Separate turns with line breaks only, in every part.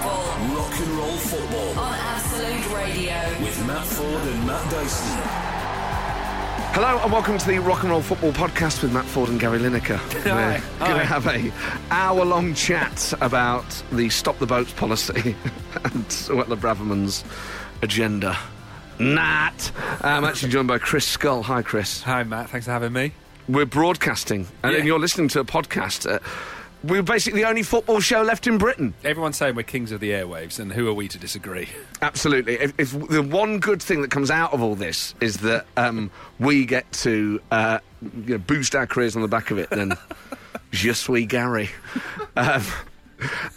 Rock and roll football
on Absolute Radio.
with Matt Ford and Matt Dyson.
Hello and welcome to the Rock and Roll Football Podcast with Matt Ford and Gary Lineker. We're going to have a hour-long chat about the Stop the Boats policy and Wetler Braverman's agenda. Nat! I'm actually joined by Chris Skull. Hi, Chris.
Hi, Matt. Thanks for having me.
We're broadcasting, and
Yeah.
then you're listening to a podcast. Uh, we're basically the only football show left in Britain.
Everyone's saying we're kings of the airwaves, and who are we to disagree?
Absolutely. If, if the one good thing that comes out of all this is that um, we get to uh, you know, boost our careers on the back of it, then je suis Gary. Um,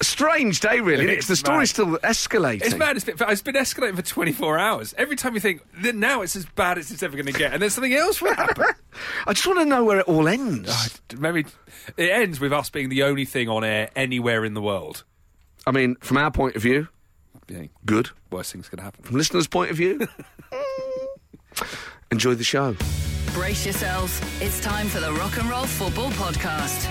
strange day, really.
It
It's the
is
story's
mad.
still escalating.
It's mad. It's been, it's been escalating for 24 hours. Every time you think that now it's as bad as it's ever going to get, and then something else will happen.
I just want to know where it all ends.
Maybe it ends with us being the only thing on air anywhere in the world.
I mean, from our point of view,
Yeah,
good.
worst things can happen.
From listeners' point of view, enjoy the show.
Brace yourselves. It's time for the Rock and Roll Football Podcast.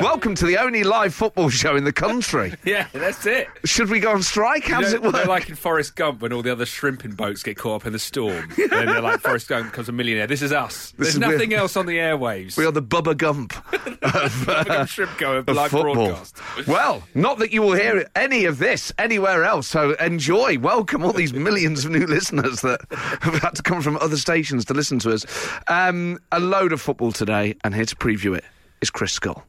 Welcome to the only live football show in the country.
Yeah, that's it.
Should we go on strike? How does
You
it
know,
work?
They're like in Forrest Gump when all the other shrimping boats get caught up in the storm. and they're like, Forrest Gump becomes a millionaire. This is us. There's
is- we're-
nothing else on the airwaves.
we are the Bubba Gump.
Become shrimp go
of
live
football.
broadcast.
Well, not that you will hear it- any of this anywhere else. So enjoy, welcome all these millions of new listeners that have had to come from other stations to listen to us. Um, a load of football today, and here to preview it is Chris Skull.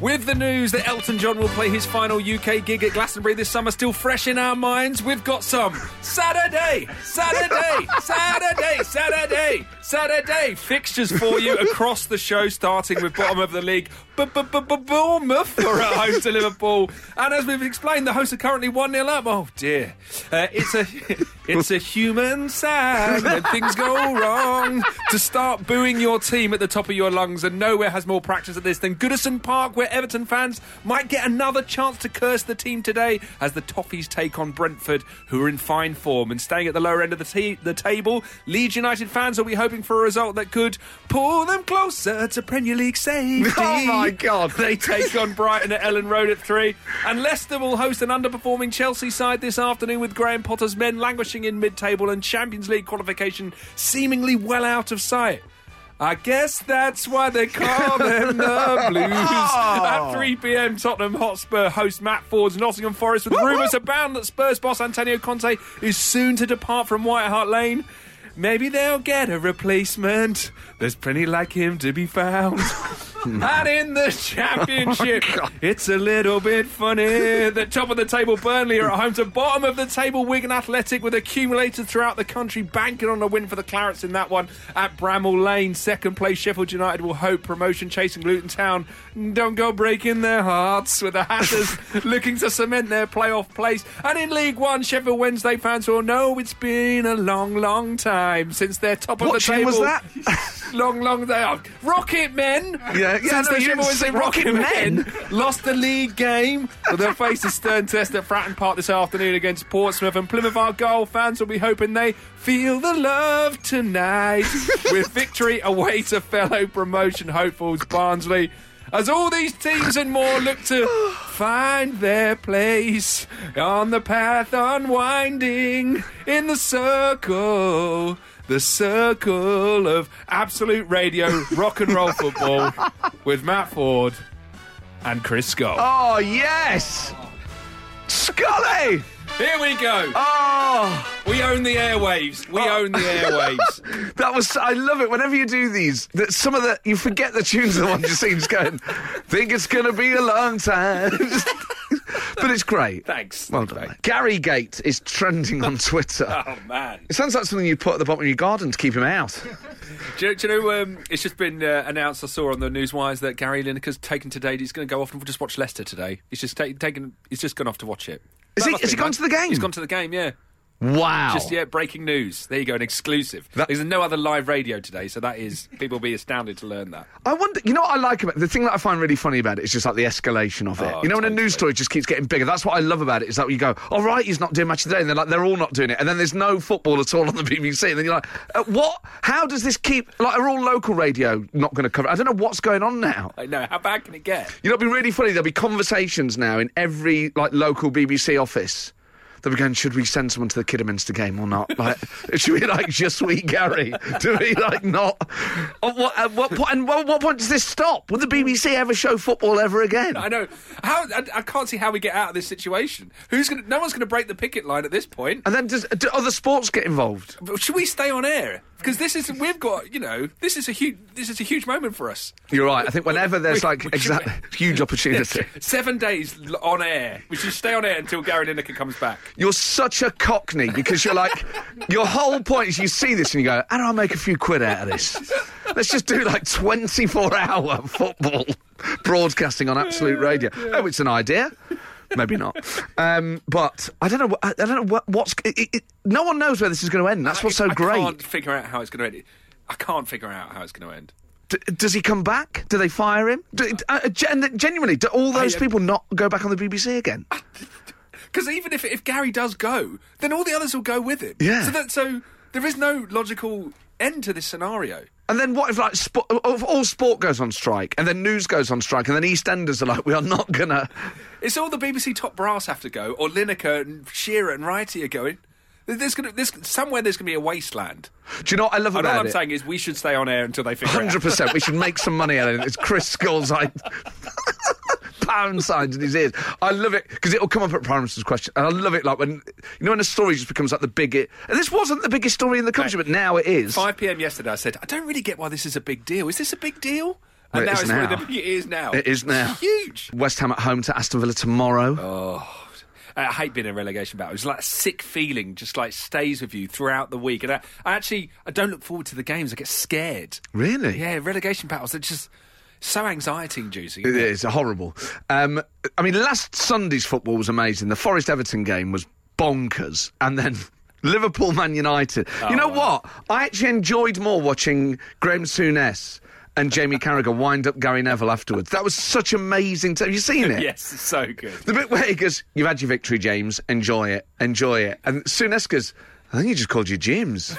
With the news that Elton John will play his final UK gig at Glastonbury this summer, still fresh in our minds, we've got some Saturday, Saturday, Saturday, Saturday, Saturday fixtures for you across the show, starting with bottom of the league. Bournemouth are at home to Liverpool, and as we've explained, the hosts are currently one 0 up. Oh dear, uh, it's a it's a human sign when things go wrong to start booing your team at the top of your lungs, and nowhere has more practice at this than Goodison Park, where Everton fans might get another chance to curse the team today as the Toffees take on Brentford, who are in fine form and staying at the lower end of the, t- the table. Leeds United fans will be hoping for a result that could pull them closer to Premier League safety.
Oh, my God.
They take on Brighton at Ellen Road at three, and Leicester will host an underperforming Chelsea side this afternoon with Graham Potter's men languishing in mid-table and Champions League qualification seemingly well out of sight. I guess that's why they call them the Blues. At 3 p.m., Tottenham Hotspur host Matt Ford's Nottingham Forest with rumours abound that Spurs boss Antonio Conte is soon to depart from White Hart Lane. Maybe they'll get a replacement. There's plenty like him to be found. And in the championship,
Oh,
it's a little bit funny. The top of the table, Burnley are at home to bottom of the table, Wigan Athletic, with accumulated throughout the country, banking on a win for the Clarets in that one at Bramall Lane. Second place, Sheffield United will hope promotion, chasing Luton Town. Don't go breaking their hearts with the Hatters looking to cement their playoff place. And in League One, Sheffield Wednesday fans will know it's been a long, long time since their top
What
of the
tune
table
was that?
long, long day off. Rocket Men.
Yeah, yeah,
Since
no,
they
you
should
didn't
always
say
say Rocket,
Rocket
Men.
Men.
Lost the league game. Well, they'll face a stern test at Fratton Park this afternoon against Portsmouth. And Plymouth Argyle fans will be hoping they feel the love tonight with victory away to fellow promotion hopefuls Barnsley. As all these teams and more look to find their place on the path unwinding in the circle, the circle of absolute radio, rock and roll football with Matt Ford and Chris Scott.
Oh yes, Scully!
Here we go.
Oh,
We own the airwaves. We own the airwaves.
that was I love it. Whenever you do these, that some of the you forget the tunes of the ones you see just going. Think it's gonna be a long time, but it's great.
Thanks.
Well done. mate. Gary Gate is trending on Twitter.
Oh man!
It sounds like something you put at the bottom of your garden to keep him out.
Do you, do you know? Um, it's just been uh, announced. I saw on the newswires that Gary Lineker's taken today. He's going to go off and just watch Leicester today. He's just ta- taken. He's just gone off to watch it.
Is
That
he-
must
has he
be
gone
nice.
to the game?
He's gone to the game. Yeah.
Wow.
Just yeah, breaking news. There you go, an exclusive.
That-
There's no other live radio today, so that is people will be astounded to learn that.
I wonder. You know what I like about the thing that I find really funny about it is just like the escalation of it.
Oh,
you know, when a
totally.
news story just keeps getting bigger. That's what I love about it. Is that you go, all right, he's not doing much today, and they're like, they're all not doing it, and then there's no football at all on the BBC, and then you're like, uh, what? How does this keep? Like, are all local radio not going to cover? it? I don't know what's going on now.
Like, no, how bad can it get?
You know, it'd be really funny. There'll be conversations now in every like local BBC office. They'll be going, should we send someone to the Kidderminster game or not? Like, it should be like just we Gary? Do we like not? At what, at what point, and what, what point does this stop? Would the BBC ever show football ever again?
I know how. I, I can't see how we get out of this situation. Who's gonna? No one's gonna break the picket line at this point.
And then does, do other sports get involved?
But Should we stay on air? Because this is we've got you know this is a huge this is a huge moment for us.
You're right. I think whenever there's like
we should-
exact, huge opportunity.
Seven days l- on air. We should stay on air until Gary Lineker comes back.
You're such a cockney because you're like, your whole point is you see this and you go, how do I make a few quid out of this? Let's just do like 24 hour football broadcasting on absolute radio. Oh, it's an idea. Maybe not. Um, but I don't know. wh- I I don't know what, what's. It, it- it- no one knows where this is going to end. That's what's so
I
great.
can't figure out how it's going to end. I can't figure out how it's going to end.
D- does he come back? Do they fire him? Do, uh, gen- genuinely, do all those
I, um,
people not go back on the BBC again?
Because even if if Gary does go, then all the others will go with him.
Yeah.
So that so there is no logical end to this scenario.
And then what if like spo- if all sport goes on strike, and then news goes on strike, and then EastEnders are like, we are not gonna.
It's all the BBC top brass have to go, or Lineker and Shearer and Wrighty are going. There's gonna there's somewhere there's gonna be a wasteland.
Do you know what I love
And all
about
I'm
it?
saying is we should stay on air until they figure it
Hundred
out.
percent. We should make some money out of it. It's Chris Skulls like pound signs in his ears. I love it because it'll come up at Prime Minister's question, and I love it like when you know when a story just becomes like the biggest. And this wasn't the biggest story in the country, but now it is.
5 p.m. yesterday, I said, I don't really get why this is a big deal. Is this a big deal?
Well,
And
it
now
is
it's one
now.
of the it is now.
It is now.
It's huge. Oh,
West Ham at home to Aston Villa tomorrow.
I hate being in a relegation battle. It's like a sick feeling, just like stays with you throughout the week. And I, I actually, I don't look forward to the games. I get scared.
Really?
Yeah, relegation battles. They're just so anxiety inducing.
It is horrible. Um, I mean, last Sunday's football was amazing. The Forest Everton game was bonkers, and then Liverpool Man United. you know what? I actually enjoyed more watching Graham Souness and Jamie Carragher wind up Gary Neville afterwards. That was such amazing. T- Have you seen it?
Yes, it's so good.
The bit where he goes, "You've had your victory, James. Enjoy it. Enjoy it." And Souness goes, "I think you just called you James."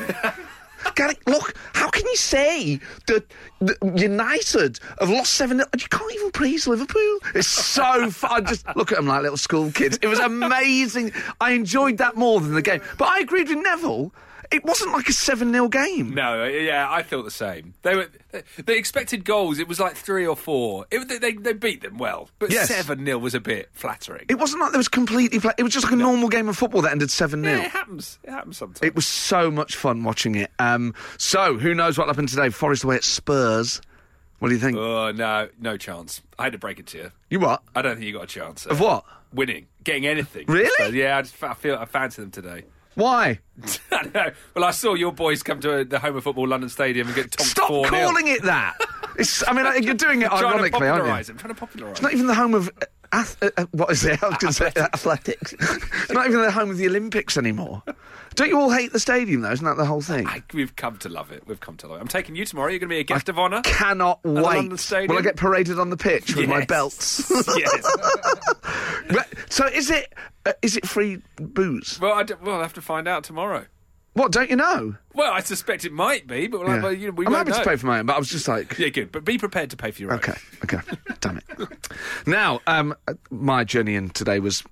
Gary, look, how can you say that, that United have lost seven? You can't even praise Liverpool. It's so fun. I Just look at them like little school kids. It was amazing. I enjoyed that more than the game. But I agreed with Neville. It wasn't like a seven 0 game.
No, yeah, I felt the same. They were the expected goals. It was like three or four. It, they- they they beat them well, but
Yes.
seven 0 was a bit flattering.
It wasn't like there was completely. Flat. It was just like a normal game of football that ended seven 0
Yeah, it happens. It happens sometimes.
It was so much fun watching it. Um, so, who knows what happened today? Forest away at Spurs. What do you think?
oh no, no chance. I had to break it to you.
you what?
I don't think you got a chance
Of what?
winning, getting anything.
Really?
So, yeah, I, just, I feel I fancy them today.
Why?
I know. Well, I saw your boys come to uh the home of football, London Stadium, and get tonked
Stop
four
calling it that. It's, I mean, like, you're doing it
Trying to
ironically, aren't you?
popularise
It's
them. Trying to popularise.
not even the home of uh, ath- uh, uh, what is it? I was going to say uh, athletics. it's not even the home of the Olympics anymore. Don't you all hate the stadium though? Isn't that the whole thing?
I, we've come to love it. We've come to love it. I'm taking you tomorrow. You're going to be a guest of honour.
Cannot wait.
London Stadium?
Will I get paraded on the pitch with my
Yes.
belts?
yes.
Right, so is it uh, is it free booze?
Well, I d- well, I'll have to find out tomorrow.
What don't you know?
Well, I suspect it might be, but well,
Yeah.
well, you know, we
I'm
won't
happy to
know.
pay for my own, but I was just like,
Yeah, good. But be prepared to pay for your own.
okay, okay, damn it. Now, um, my journey in today was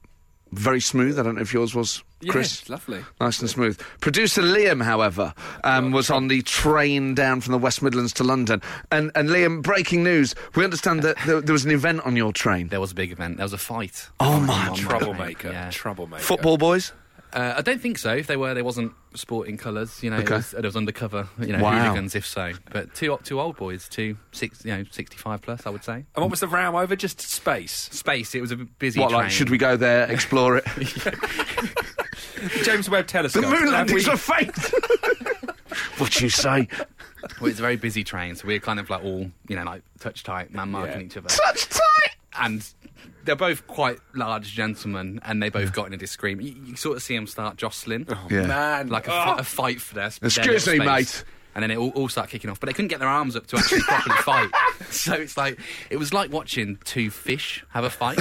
very smooth. I don't know if yours was,
Yes,
Chris.
lovely.
Nice and smooth. Producer Liam, however,
Oh,
um, was on the train down from the West Midlands to London. And, and Liam, breaking news. We understand that there, there was an event on your train.
There was a big event. There was a fight.
Oh, my
On the
Troublemaker.
train, yeah.
Troublemaker.
Football boys?
Uh, I don't think so. If they were, they wasn't sporting colours. You know,
Okay.
it, was, it was undercover. You know,
Wow.
hooligans. If so, but two two old boys, two six, you know, sixty-five plus. I would say.
And what was the row over? Just space.
Space. It was a busy.
What,
train.
like, should we go there, explore it?
James Webb
the
Telescope.
moon
Have
landings
we-
are fake! what you say?
Well, it's a very busy train, so we are kind of like all you know, like touch tight, man marking
Yeah.
each other,
Touch tight!
and they're both quite large gentlemen, and they both got in a disagreement. You, you sort of see them start jostling,
Oh, Yeah.
Man,
like a,
Ah.
fi- a fight for their s- their
Excuse
little
me,
space.
mate.
And then it all, all started kicking off, but they couldn't get their arms up to actually properly fight. So it's like it was like watching two fish have a fight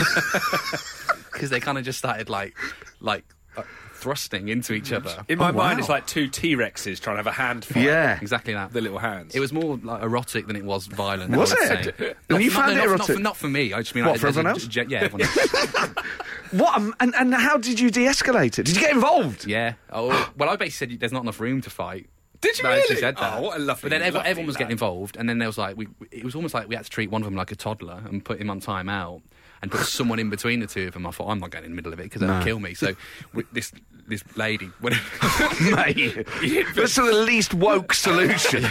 because they kind of just started like like uh, thrusting into each other.
in my
Oh,
mind,
wow.
it's like two T Rexes trying to have a hand fight.
Yeah.
Exactly that.
the little hands.
It was more like erotic than it was violent.
Was
I would
it?
Say.
And you
for-
found
no,
it
not,
erotic?
Not for, not for me. I just mean
What,
like,
for
as a
everyone else?
ge- yeah, everyone else.
What? Um, and and how did you de-escalate it? Did you get involved?
yeah. Oh, well, I basically said there's not enough room to fight.
Did you
No, I actually
really?
said that.
Oh, what a lovely-
But then everyone,
lovely
everyone was
lad.
getting involved, and then there was like we, we- it was almost like we had to treat one of them like a toddler and put him on time out and put someone in between the two of them. I thought I'm not getting in the middle of it because they'll kill me. So we, this this lady, when,
Mate, that's the least woke solution.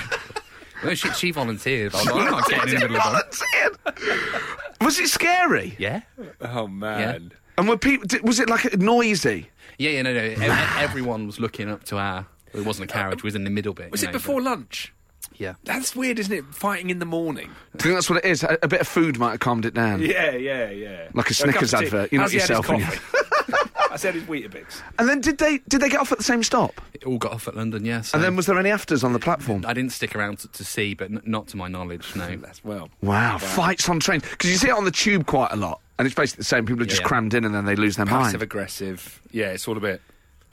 when she, she volunteered, I was like, I'm not getting in the middle of them.
Volunteered. Was it scary?
Yeah.
oh man.
And were people? Did, was it like noisy?
Yeah, yeah, no, no. ev- ev- Everyone was looking up to our. It wasn't a carriage. It was in the middle bit.
Was
you
it
know,
before lunch?
but- yeah.
That's weird, isn't it? Fighting in the morning.
Do you think that's what it is? A, a bit of food might have calmed it down.
Yeah, yeah, yeah.
Like a Snickers
cup of tea.
advert, you knock
Has he had his
yourself and you-
coffee? Has he had his Weetabix?
And then did they did they get off at the same stop?
It all got off at London. Yeah. So
And then was there any afters on the platform?
I didn't stick around to, to see, but n- not to my knowledge. No.
That's well.
Wow, fights on trains because you see it on the tube quite a lot, and it's basically the same. People are just
Yeah.
crammed in, and then they lose their
Passive
mind.
aggressive. Yeah, it's all a bit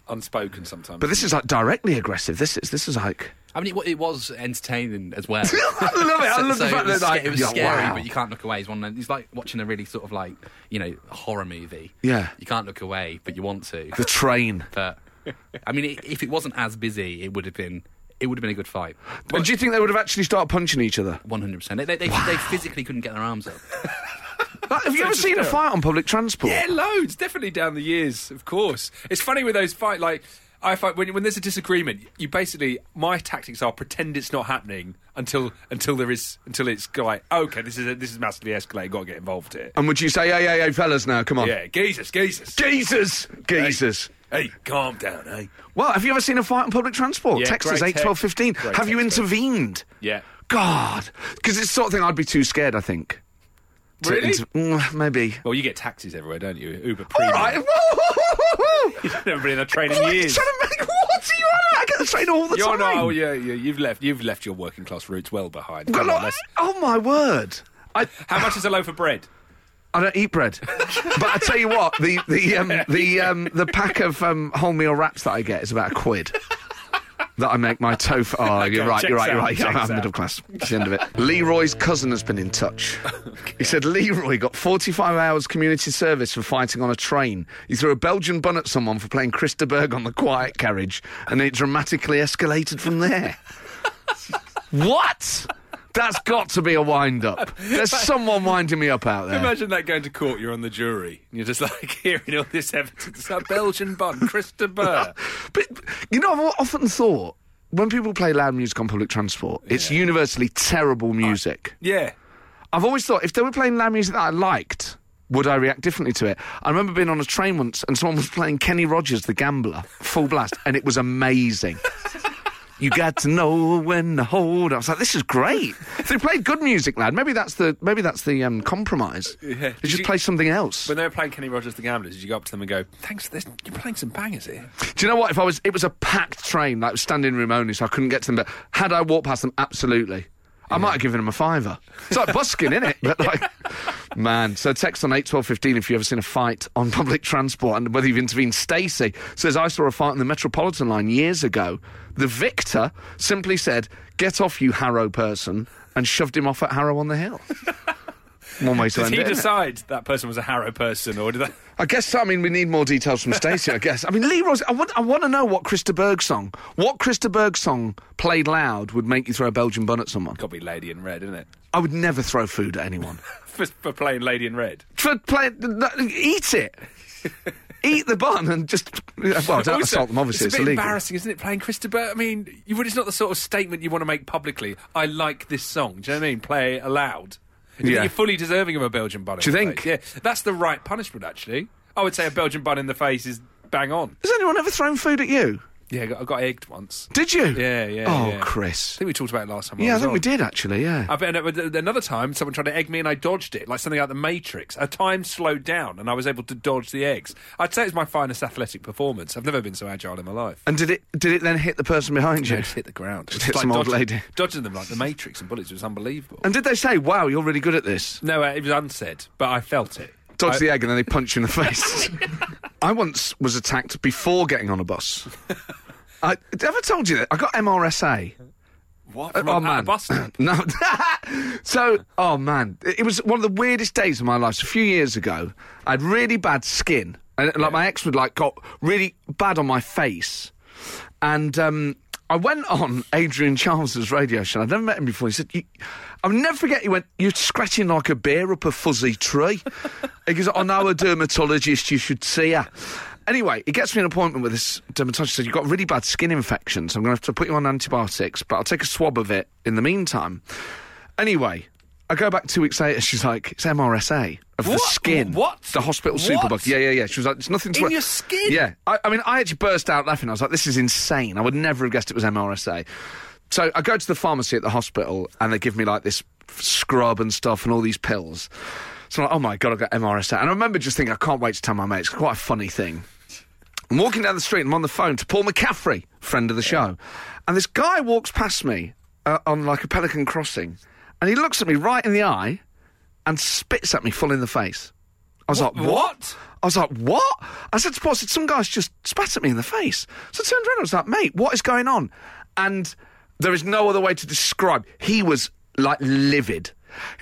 unspoken sometimes.
But this is like directly aggressive. This is this is like.
I mean, it, wa- it was entertaining as well.
I love it. I
So-
love
so
the fact
it was,
that like,
sca- it was
yeah,
scary,
wow.
but you can't look away. It's, one, of- it's like watching a really sort of like you know horror movie.
Yeah.
You can't look away, but you want to.
the train.
but I mean, i if it wasn't as busy, it would have been. It would have been a good fight.
Do you think they would have actually started punching each other?
One hundred percent. They, they, they physically couldn't get their arms up.
Like, have you ever seen a fight on public transport?
Yeah, loads. Definitely down the years, of course. It's funny with those fight like I fight when when there's a disagreement, you basically my tactics are pretend it's not happening until until there is until it's like okay, this is this is massively escalating. Got to get involved here.
And would you say, hey, hey, hey, fellas, now come on?
Yeah, geezers, geezers.
Jesus, Uh. Jesus.
Hey, calm down, eh?
Well, have you ever seen a fight on public transport?
Yeah,
Text us
great
eight twelve
text.
fifteen.
Great
Have you
text,
intervened?
Yeah.
God, because it's the sort of thing I'd be too scared. I think. To
Really?
inter- Mm, maybe.
Well, you get taxis everywhere, don't you? Uber
All
Premium.
right. Whoa, whoa, whoa, whoa, whoa.
Never been in a train in
What are you
years.
trying to make? What are you on about? I get the train all the
You're
time.
not. Oh, yeah, yeah. You've left. You've left your working class roots well behind.
Well,
Come on,
I-
let's-
oh my word. I,
How much is a loaf of bread?
I don't eat bread, but I tell you what the the um, the um, the pack of um, wholemeal wraps that I get is about a quid. That I make my tofu. Oh, you're
Okay,
right, you're
checks
right, you're
out,
right. I'm
checks out.
middle class. It's the end of it. Leroy's cousin has been in touch. He said Leroy got 45 hours community service for fighting on a train. He threw a Belgian bun at someone for playing Christa Berg on the quiet carriage, and it dramatically escalated from there. what? That's got to be a wind up. There's someone winding me up out there.
Imagine that going to court, you're on the jury, and you're just like hearing all this evidence. It's like Belgian bun, Christa Burr.
But you know, I've often thought when people play loud music on public transport, it's universally terrible music.
Yeah.
I've always thought if they were playing loud music that I liked, would I react differently to it? I remember being on a train once and someone was playing Kenny Rogers, The Gambler, full blast, and it was amazing. You got to know when to hold. I was like, "This is great." If they played good music, lad, maybe that's the maybe that's the um, compromise. They
Did
just
you-
play something else.
When they were playing Kenny Rogers the Gamblers, did you go up to them and go, thanks for this? You're playing some bangers here.
Do you know what? If I was, it was a packed train, like standing room only, so I couldn't get to them. But had I walked past them, absolutely, I might have given them a fiver. It's like busking, is it? But like, man. So text on eight twelve fifteen if you've ever seen a fight on public transport and whether you've intervened. Stacey says I saw a fight on the Metropolitan line years ago. The victor simply said, "Get off, you Harrow person," and shoved him off at Harrow on the Hill. One way to
Did
end
he
it, innit?
decide that person was a Harrow person, or did that.
I guess, I mean, we need more details from Stacey, I guess. I mean, Leroy's, I want, I want to know what Krista Berg song, what Krista Berg song played loud would make you throw a Belgian bun at someone.
Got to be Lady in Red, isn't it?
I would never throw food at anyone.
For, for playing Lady in Red.
For play, eat it. eat the bun and just, well, don't
Also,
assault them, obviously. It's,
It's a bit
illegal.
embarrassing, isn't it, playing Christa Burr? I mean, you, would- it's not the sort of statement you want to make publicly. I like this song. Do you know what I mean? Play it aloud. You think
Yeah.
You're fully deserving of a Belgian bun.
Do you
in the
think?
Face. Yeah, that's the right punishment, actually. I would say a Belgian bun in the face is bang on.
Has anyone ever thrown food at you?
Yeah, I got, I got egged once.
Did you?
Yeah, yeah.
Oh,
yeah. I
Chris.
think we talked about it last time.
Yeah, I
was
think we
on. Uh,
did actually. Yeah.
I bet and another time someone tried to egg me and I dodged it, like something out of the Matrix. A time slowed down and I was able to dodge the eggs. I'd say it's my finest athletic performance. I've never been so agile in my life.
and did it? Did it then hit the person behind you?
I just hit the ground. It's
hit some old
dodging,
lady.
Dodging them like the Matrix and bullets was unbelievable.
And did they say, "Wow, you're really good at this"?
no, uh, it was unsaid, but I felt it.
Dodge the egg and then they punch you in the face. I once was attacked before getting on a bus. I ever told you that I got MRSA.
What?
oh
From a- at a
man,
bus stop?
no. so, oh man, it it was one of the weirdest days of my life. So a few years ago, I had really bad skin, and like my ex would like got really bad on my face, and um, I went on Adrian Charles's radio show. I'd never met him before. He said, you, "I'll never forget." He went, "You're scratching like a bear up a fuzzy tree." he goes, "I know a dermatologist. You should see her." Anyway, he gets me an appointment with this dermatologist. Said you've got really bad skin infections. I'm going to have to put you on antibiotics, but I'll take a swab of it in the meantime. Anyway, I go back two weeks later. She's like, "It's MRSA of the
What?
skin."
What?
The hospital
What?
superbug. Yeah, yeah, yeah. She was like, "It's nothing to
In
worry-
your skin?
Yeah. I, I mean, I actually burst out laughing. I was like, "This is insane. I would never have guessed it was MRSA." So I go to the pharmacy at the hospital, and they give me like this scrub and stuff, and all these pills. So I'm like, "Oh my god, I've got MRSA!" And I remember just thinking, "I can't wait to tell my mates." It's quite a funny thing. I'm walking down the street and I'm on the phone to Paul McCaffrey, friend of the show. And this guy walks past me uh, on like a Pelican crossing and he looks at me right in the eye and spits at me full in the face. I was like,
what?
I was like, what? I said to Paul, I said, some guy's just spat at me in the face. So I turned around and I was like, mate, what is going on? And there is no other way to describe. He was like livid.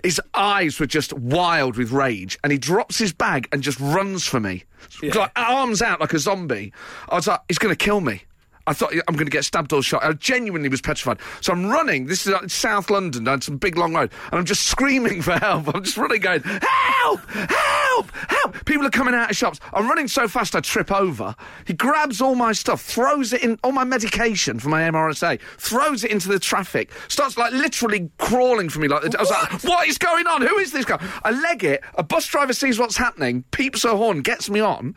His eyes were just wild with rage, and he drops his bag and just runs for me, like arms out like a zombie. I was like, he's going to kill me. I thought I'm going to get stabbed or shot. I genuinely was petrified. So I'm running. This is like South London down some big long road, and I'm just screaming for help. I'm just running, going, "Help! Help! Help!" People are coming out of shops. I'm running so fast I trip over. He grabs all my stuff, throws it in, all my medication for my MRSA, throws it into the traffic. Starts like literally crawling for me. Like the, I was like, "What is going on? Who is this guy?" I leg it. A bus driver sees what's happening, peeps her horn, gets me on,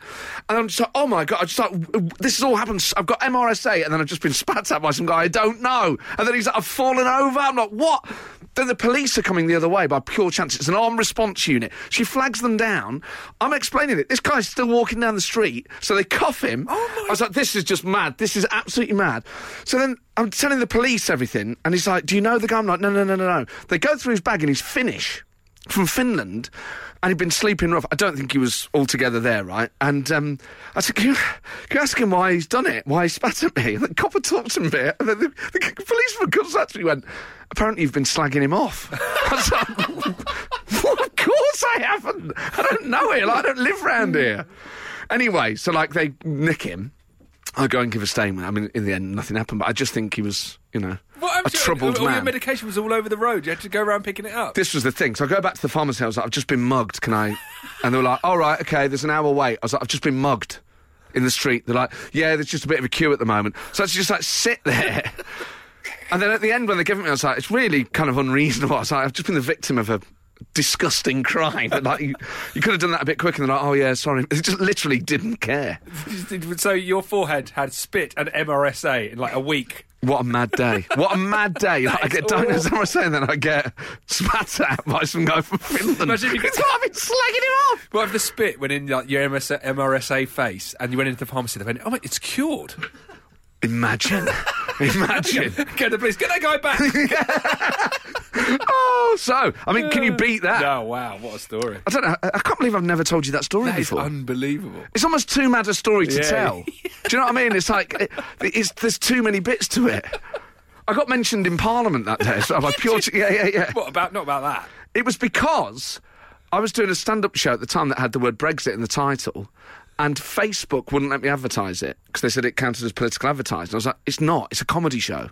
and I'm just like, "Oh my god!" I just like, w- w- "This has all happened. s- I've got MRSA, and then I've just been spat at by some guy I don't know." And then he's like, "I've fallen over." I'm like, "What?" Then the police are coming the other way by pure chance. It's an armed response unit. She flags them down. I'm explaining it. This guy's still walking down the street, so they cuff him. I was like, "This is just mad. This is absolutely mad." So then I'm telling the police everything, and he's like, "Do you know the guy?" I'm like, "No, no, no, no, no." They go through his bag, and he's Finnish from Finland, and he'd been sleeping rough. I don't think he was altogether there, right? And um, I said, can you, can you ask him why he's done it? Why he spat at me? And the copper talked to him a bit, and then the, the policeman comes up to me and went, apparently you've been slagging him off. I was like, well, of course I haven't. I don't know it. Like, I don't live round here. Anyway, so like they nick him. I go and give a statement. I mean, in the end, nothing happened, but I just think he was, you know, a troubled
all, All your
man.
medication was all over the road. You had to go around picking it up.
This was the thing. So I go back to the pharmacy. I was like, I've just been mugged. Can I? And they were like, All right, okay. There's an hour wait. I was like, I've just been mugged in the street. They're like, Yeah, there's just a bit of a queue at the moment. So I had to just like sit there. And then at the end, when they give it me, I was like, It's really kind of unreasonable. I was like, I've just been the victim of a disgusting crime. And like, you, you could have done that a bit quicker. And they're like, Oh yeah, sorry. They just literally didn't care.
So your forehead had spit and MRSA in like a week.
What a mad day. What a mad day. Like, I get done, as I was saying, then I get spat at by some guy from Finland.
Imagine if you-
It's like I've been slagging him off.
What if the spit went in like, your MRSA, MRSA face and you went into the pharmacy? They went, "Oh, mate, it's cured."
Imagine. Imagine.
Go to the police. Get that guy back.
oh, so, I mean, can you beat that?
oh wow, what a story!
I don't know. I I can't believe I've never told you that story
That is
before.
unbelievable.
it's almost too mad a story to
Yeah.
tell. Do you know what I mean? It's like, it, it's, there's too many bits to it. I got mentioned in Parliament that day. So I'm like, pure. Yeah, yeah, yeah.
What about not about that?
It was because I was doing a stand up show at the time that had the word Brexit in the title. And Facebook wouldn't let me advertise it because they said it counted as political advertising. I was like, it's not, it's a comedy show.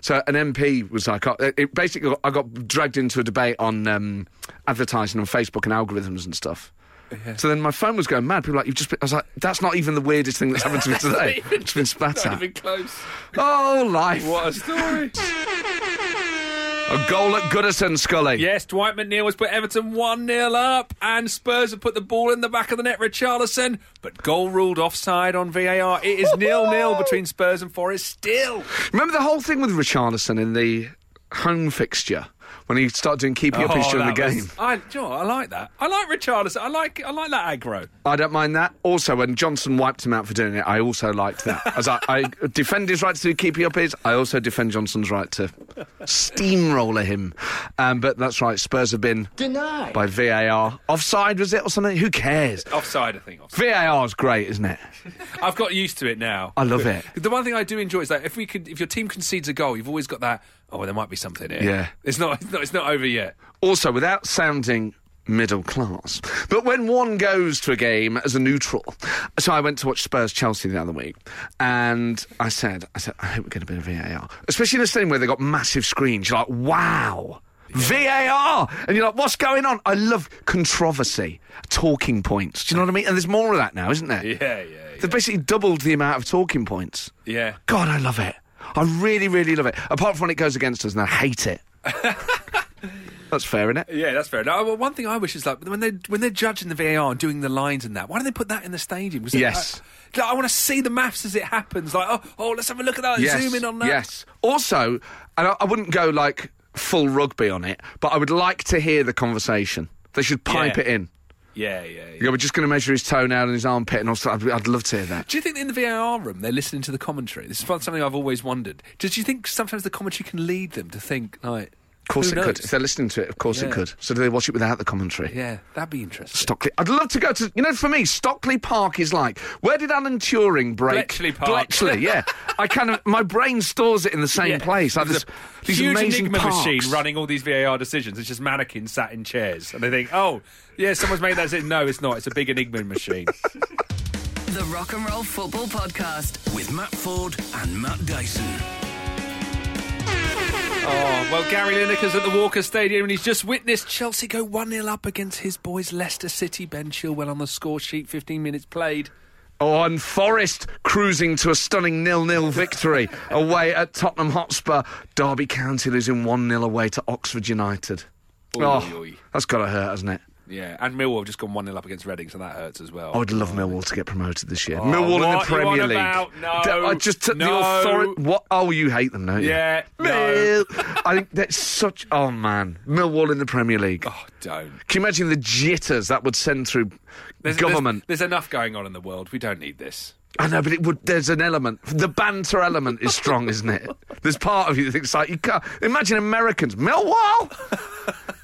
So an MP was like, oh, it basically, I got dragged into a debate on um, advertising on Facebook and algorithms and stuff. So then my phone was going mad. People were like, you've just been, I was like, that's not even the weirdest thing that's happened to me today. it's been spat
Not
at.
even close.
Oh, life.
What a story!
A goal at Goodison, Scully.
Yes, Dwight McNeil has put Everton 1 0 up, and Spurs have put the ball in the back of the net, Richarlison. But goal ruled offside on VAR. It is nil nil between Spurs and Forest still.
Remember the whole thing with Richarlison in the home fixture when he started doing keeping up his during the
Oh, that was-
game?
I, do you know what? I like that. I like Richarlison. I like I like that aggro.
I don't mind that. Also, when Johnson wiped him out for doing it, I also liked that. As I, I defend his right to do keeping up his, I also defend Johnson's right to steamroller him. Um, but that's right, Spurs have been denied by VAR. Offside was it or something? Who cares?
Offside, I think. Offside.
VAR is great, isn't it?
I've got used to it now.
I love it.
The one thing I do enjoy is that if we could, if your team concedes a goal, you've always got that. Oh, there might be something here.
Yeah.
it's not, it's not, it's not over yet.
Also, without sounding middle class, but when one goes to a game as a neutral, so I went to watch Spurs Chelsea the other week, and I said, I said, I hope we get a bit of VAR, especially in a stadium where they have got massive screens. You're like, wow. VAR! And you're like, what's going on? I love controversy, talking points. Do you know what I mean? And there's more of that now, isn't there?
Yeah, yeah, yeah.
They've basically doubled the amount of talking points.
Yeah.
God, I love it. I really, really love it. Apart from when it goes against us, and I hate it. That's fair, isn't it?
Yeah, that's fair. Now, well, one thing I wish is like when they when they're judging the VAR and doing the lines and that. Why do they put that in the stadium? 'Cause it-
Yes.
I, like, I want to see the maths as it happens. Like, oh, oh, let's have a look at that.
yes.
Zoom in on that.
Yes. Also, and I, I wouldn't go like full rugby on it, but I would like to hear the conversation. They should pipe
Yeah.
it in.
yeah, yeah.
You
yeah.
know, we're just going to measure his toenail and his armpit, and all stuff. I'd, I'd love to hear that.
Do you think in the VAR room they're listening to the commentary? This is something I've always wondered. Do you think sometimes the commentary can lead them to think like,
Of course,
who
it could.
knows?
If they're listening to it, of course it
Yeah.
could. So do they watch it without the commentary?
Yeah, that'd be interesting.
Stockley. I'd love to go to. You know, for me, Stockley Park is like. Where did Alan Turing break?
Bletchley Park.
Bletchley, yeah. I kind of. My brain stores it in the same
Yeah.
place. Like
There's
this,
a
these
huge
amazing
Enigma
parks.
machine running all these VAR decisions. It's just mannequins sat in chairs, and they think, "Oh, yeah, someone's made that." decision." No, it's not. It's a big Enigma machine.
The Rock and Roll Football Podcast.
With Matt Ford and Matt Dyson.
Oh, well, Gary Lineker's at the Walker Stadium and he's just witnessed Chelsea go 1 0 up against his boys Leicester City. Ben Chilwell on the score sheet, 15 minutes played.
On Forest Oh, cruising to a stunning nil-nil victory away at Tottenham Hotspur. Derby County losing one 0 away to Oxford United. oh,
oy.
that's got to hurt, hasn't it?
Yeah, and Millwall have just gone 1 0 up against Reading, so that hurts as well.
I would love Millwall to get promoted this year. Millwall in the
Oh, what you
Premier
on
League.
about? No,
D- I just took the
no.
authority. What? Oh, you hate them, don't you?
Yeah, no.
Mill. I think that's such. Oh man, Millwall in the Premier League.
Oh, don't.
Can you imagine the jitters that would send through government?
There's, enough going on in the world. We don't need this.
I know, but it would. There's an element. The banter element is strong, isn't it? There's part of you that thinks like you can't imagine Americans. Millwall.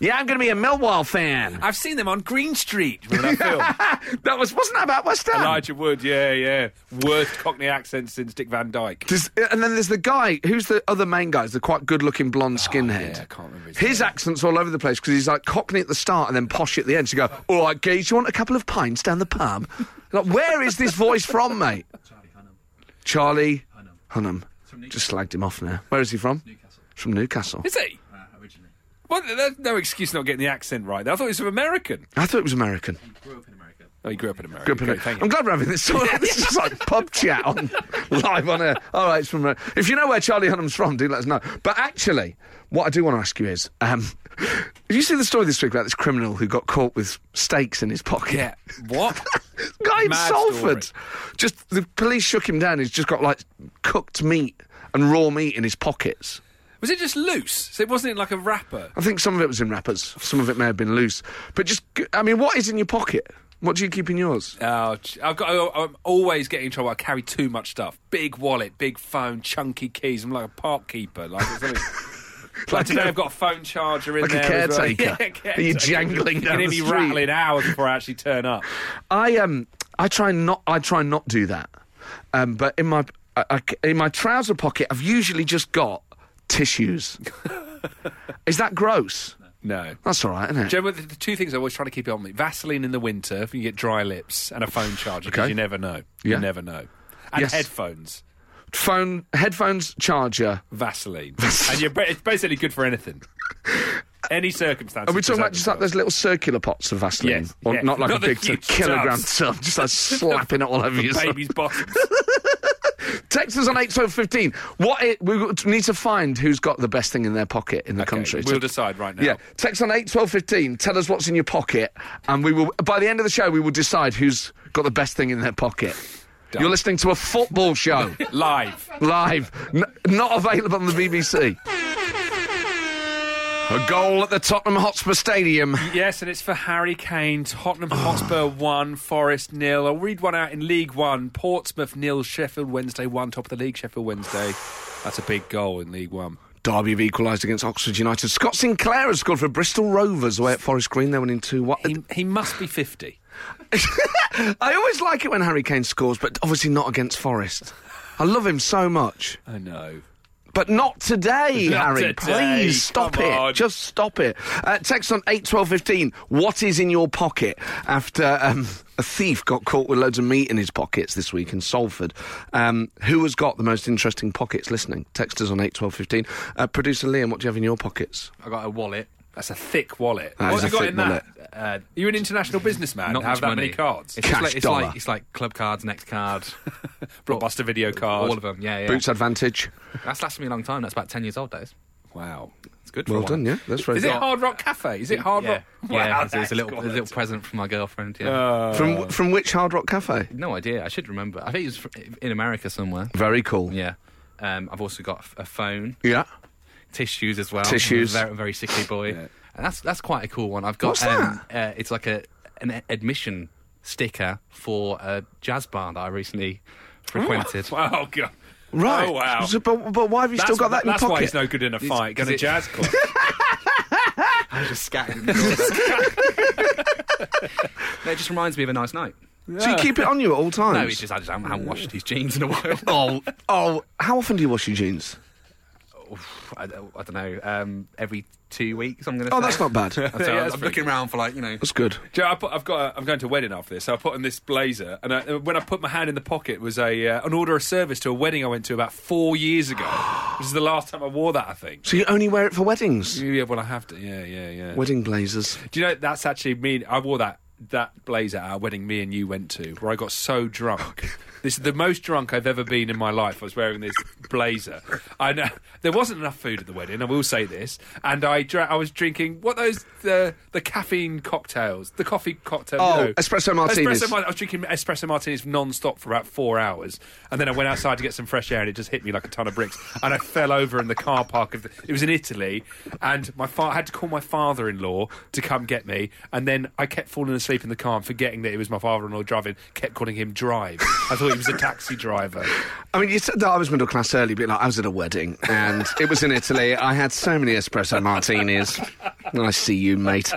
yeah, I'm going to be a Millwall fan.
I've seen them on Green Street. Remember that film?
that was wasn't that about West Ham?
Elijah Wood, yeah, yeah. Worst Cockney accent since Dick Van Dyke.
There's, and then there's the guy who's the other main guy. Is the quite good-looking blonde skinhead.
Oh, yeah, I can't remember his name.
accent's all over the place because he's like Cockney at the start and then posh at the end. So you go, all right, Gage, you want a couple of pints down the pub? like, where is this voice from, mate? Charlie Hunnam. Just slagged him off now. Where is he from? Newcastle. From Newcastle.
Is he? Well, there's no excuse not getting the accent right. I thought he was American.
I thought it was American.
Oh, he grew up in America.
Good
Okay,
point.
thank you.
I'm glad we're having this. Sort of, this is like pub chat on live on air. All right, it's from. uh, If you know where Charlie Hunnam's from, do let us know. But actually, what I do want to ask you is, um, have you seen the story this week about this criminal who got caught with stakes in his pocket?
Yeah. What?
guy in
Mad
Salford. Just the police shook him down. He's just got like cooked meat and raw meat in his pockets.
Was it just loose? So it wasn't like a wrapper.
I think some of it was in wrappers. Some of it may have been loose. But just, g- I mean, what is in your pocket? What do you keep in yours?
Oh, ch- I've got. I'm always getting in trouble. I carry too much stuff. Big wallet, big phone, chunky keys. I'm like a park keeper. Like, it's something- like today, I've got a phone charger in
Like a
there. as well.
caretaker.
Yeah,
Are you jangling down
You can
the
hear me
street?
rattling hours before I actually turn up.
I um, I try not, I try not do that. Um, but in my, I, I- in my trouser pocket, I've usually just got tissues. is that gross?
No.
That's all right, isn't it?
Do you remember the, the two things I always try to keep on me? Vaseline in the winter if you get dry lips, and a phone charger because
Okay.
you never know.
Yeah.
You never know. And
Yes.
headphones,
Phone, headphones, charger.
Vaseline, and you're, ba- it's basically good for anything, any circumstance.
Are we talking about just like those little circular pots of Vaseline?
Yes,
Or
yes.
not like
Not
a
the
big t-
huge
kilogram
tubs.
tub, just like slapping it all over yourself.
baby's bottoms?
Text us on 81215. What it, we need to find who's got the best thing in their pocket in the country.
We'll
So-
decide right now.
yeah, text on 81215. Tell us what's in your pocket, and we will. By the end of the show, we will decide who's got the best thing in their pocket. You're listening to a football show
Live.
live, n- not available on the BBC. A goal at the Tottenham Hotspur Stadium.
Yes, and it's for Harry Kane. Tottenham Hotspur 1, Forest nil. I'll read one out in League 1. Portsmouth nil, Sheffield Wednesday 1, top of the league, Sheffield Wednesday. That's a big goal in League 1.
Derby have equalised against Oxford United. Scott Sinclair has scored for Bristol Rovers away at Forest Green. They winning 2 1.
He, he must be 50.
I always like it when Harry Kane scores, but obviously not against Forest. I love him so much.
I know.
But not today,
Not
Harry.
today.
Please stop
Come
it.
on.
Just stop it. Uh, text on 81215. What is in your pocket? After um, a thief got caught with loads of meat in his pockets this week in Salford. Um, who has got the most interesting pockets listening? Text us on 81215. Uh, Producer Liam, what do you have in your pockets?
I got a wallet.
That's a thick wallet.
That
what
is a
have you got
thick
in
wallet.
that? Uh, You're an international businessman.
Not
have
much
that
money.
many cards.
It's,
Cash
just like, it's
dollar.
like it's like club cards, next card,
Blockbuster video card.
all of them. Yeah, yeah.
Boots advantage.
That's lasted me a long time. That's about ten years old. That is.
Wow.
It's good. For
Well
a
done,
while.
yeah. That's very
Is
good.
it Hard Rock Cafe? Is it Hard
Yeah,
Rock?
yeah.
Wow,
it was
that's
a little, a
good. Uh.
little present from my girlfriend. Yeah.
From, from which Hard Rock Cafe?
no idea. I should remember. I think it was fr- in America somewhere.
Very cool.
Yeah. Um, I've also got a phone,
Yeah.
tissues as well.
Tissues.
I'm a very, very sickly boy. And that's that's quite a cool one. I've got.
What's
um, Uh, it's like a an a- admission sticker for a jazz bar that I recently frequented.
Oh, Wow, God.
Right.
Oh, wow.
So, but, but why have you still got that in your
that's
pocket?
why he's no good in a fight. Going to
it-
jazz club.
I just scattered. it just reminds me of a nice night.
So you keep it on you at all times?
No, it's just I just haven't, haven't washed these jeans in a while.
Oh, oh! How often do you wash your jeans?
I, don't- I don't know. Um, every two weeks, I'm going to.
Oh, that's not bad.
So
Yeah,
I'm-
that's
I'm
pretty
looking around for like you know.
That's good.
Do you know, I put, I've got. A, I'm going to a wedding after this, so I put on this blazer, and I, when I put my hand in the pocket was a uh, an order of service to a wedding I went to about four years ago. which is the last time I wore that, I think.
So you only wear it for weddings?
Yeah, well, I have to. Yeah, yeah, yeah.
Wedding blazers.
Do you know that's actually me? I wore that that blazer at our wedding me and you went to, where I got so drunk. This is the most drunk I've ever been in my life. I was wearing this blazer. I know there wasn't enough food at the wedding. I will say this, and I dra- I was drinking what those the the caffeine cocktails, the coffee cocktails.
Oh,
you know.
espresso martinis.
Espresso mar- I was drinking espresso martinis non-stop for about four hours, and then I went outside to get some fresh air, and it just hit me like a ton of bricks, and I fell over in the car park of. The, it was in Italy, and my fa- I had to call my father-in-law to come get me, and then I kept falling asleep in the car and forgetting that it was my father-in-law driving. Kept calling him drive. I thought he was a taxi driver.
I mean, you said that I was middle class early, but like, I was at a wedding and it was in Italy. I had so many espresso martinis. I see you, mate.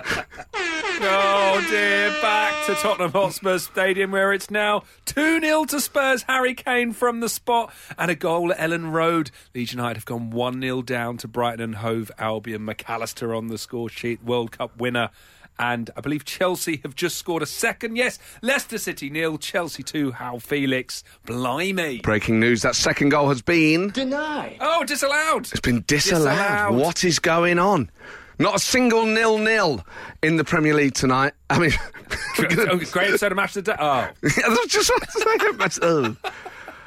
Oh dear, back to Tottenham Hotspur Stadium where it's now 2 0 to Spurs. Harry Kane from the spot and a goal at Ellen Road. Leeds United have gone 1 0 down to Brighton and Hove Albion. McAllister on the score sheet, World Cup winner. And I believe Chelsea have just scored a second. Yes, Leicester City nil, Chelsea 2, Hal Felix. Blimey.
Breaking news that second goal has been.
Oh, disallowed.
It's been disallowed.
Disallowed.
What is going on? Not a single nil nil in the Premier League tonight. I mean,
Oh, Great episode of Match of the Day. Oh.
I was just want to say about- oh.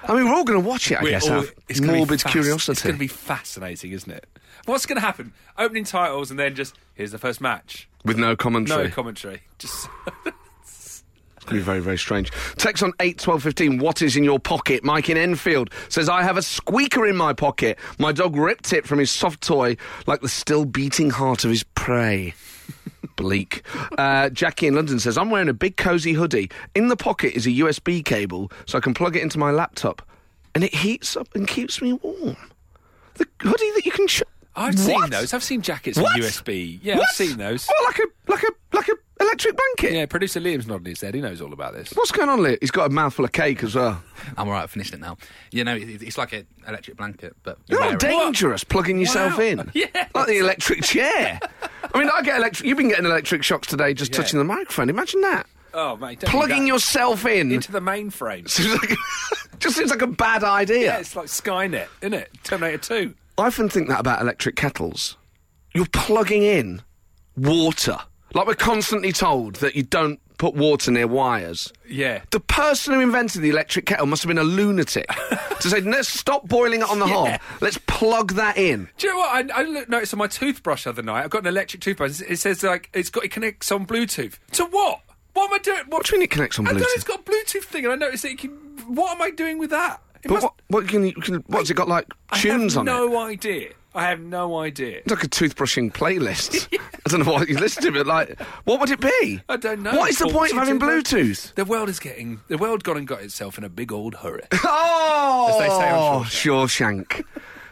I mean, we're all going to watch it, I
We're
guess.
all-
out of
it's gonna be
morbid
fas-
curiosity.
It's going to be fascinating, isn't it? What's going to happen? Opening titles and then just here's the first match.
With no commentary.
No commentary. Just
It'd be very, very strange. Text on 8 12 15. What is in your pocket? Mike in Enfield says, I have a squeaker in my pocket. My dog ripped it from his soft toy like the still beating heart of his prey. Bleak. Uh, Jackie in London says, I'm wearing a big cozy hoodie. In the pocket is a USB cable so I can plug it into my laptop and it heats up and keeps me warm. The hoodie that you can. Sh-
I've seen
What?
those. I've seen jackets
What?
with USB. Yeah,
What?
I've seen those.
Oh, like a like a like a electric blanket.
Yeah, producer Liam's nodding his head. He knows all about this.
What's going on, Lee? He's got a mouthful of cake as well.
I'm all right. I finished it now. You know, it, it's like an electric blanket, but you
You're
wear
all
it.
dangerous plugging yourself
Wow.
in.
Yes.
Like the electric chair. I mean, I get electric. You've been getting electric shocks today just touching the microphone. Imagine that.
Oh, mate. don't do
Plugging
that.
yourself in.
into the mainframe.
Seems like- just seems like a bad idea.
Yeah, it's like Skynet, isn't it? Terminator 2.
I often think that about electric kettles. You're plugging in water. Like we're constantly told that you don't put water near wires.
Yeah.
The person who invented the electric kettle must have been a lunatic to say, let's stop boiling it on the hob. Let's plug that in.
Do you know what? I, I lo- noticed on my toothbrush the other night. I've got an electric toothbrush. It says like it's got it connects on Bluetooth. To what? What am I doing?
What do you mean it connects on
I know
Bluetooth?
it's got a Bluetooth thing, and I noticed that you can. What am I doing with that? It
But
must-
what, what can you, can, what's it got like tunes
I
on
have
it?
no idea. I have no idea.
It's like a toothbrushing playlist. I don't know what you listen to, but like, what would it be?
I don't know.
What is the
Paul.
point of
Do you
having
know?
Bluetooth?
The world is getting the world gone and got itself in a big old hurry.
Oh,
As they say on
Shawshank.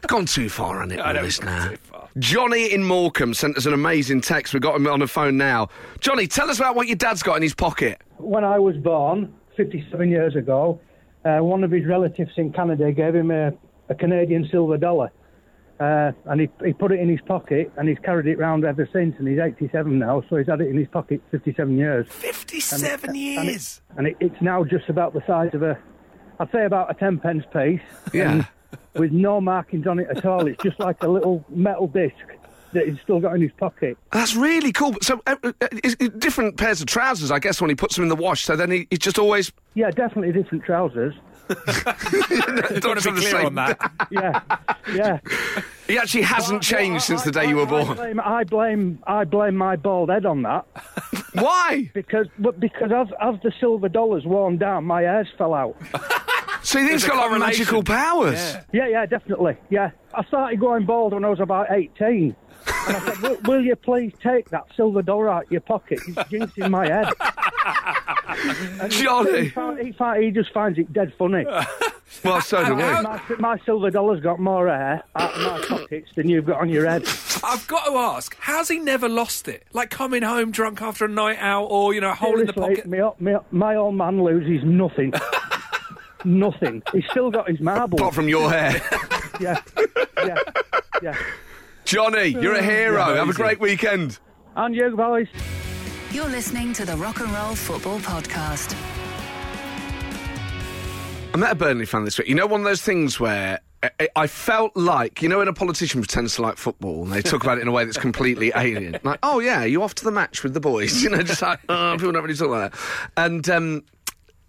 Gone too far on it,
I
all
know
this
it's
now.
gone too far.
Johnny in Morecambe sent us an amazing text. We've got him on the phone now. Johnny, tell us about what your dad's got in his pocket.
when I was born, 57 years ago, uh, one of his relatives in Canada gave him a, a Canadian silver dollar. Uh, and he, he put it in his pocket and he's carried it round ever since. And he's 87 now, so he's had it in his pocket 57 years.
Fifty-seven
And,
years.
it, and it, it's now just about the size of a, I'd say about a 10 pence piece.
Yeah.
With no markings on it at all. It's just like a little metal disc that he's still got in his pocket.
That's really cool. So, uh, uh, it's- it's different pairs of trousers, I guess, when he puts them in the wash. So then he, he just always.
Yeah, definitely different trousers.
I don't want to be
the
clear
same.
on that.
Yeah, yeah.
He actually hasn't changed since the day
I-
you were
I- I
born.
blame, I blame I blame my bald head on that
Why?
because but because as as the silver dollars worn down, my hairs fell out.
So he has
a
got like
correlation.
magical powers.
Yeah, yeah, definitely. Yeah, I started going bald when I was about eighteen. And I said, will, will you please take that silver dollar out of your pocket? He's jinxing my head. He,
Johnny.
found, he, found, he just finds it dead funny.
Well, so do we.
My, my silver dollar's got more hair out of my pockets than you've got on your head.
I've got to ask, how's he never lost it? Like coming home drunk after a night out, or you know, a hole in the
Seriously,
pocket.
me o- me o- my old man loses nothing. nothing. He's still got his marbles.
Apart from your hair.
yeah. yeah. Yeah.
Johnny, you're a hero. Have a great weekend.
And you boys.
You're listening to the Rock and Roll Football Podcast.
I met a Burnley fan this week. You know, one of those things where I- I- I felt like, you know, when a politician pretends to like football and they talk about it in a way that's completely alien. Like, oh, yeah, you off to the match with the boys. You know, just like, oh, people don't really talk like that. And um,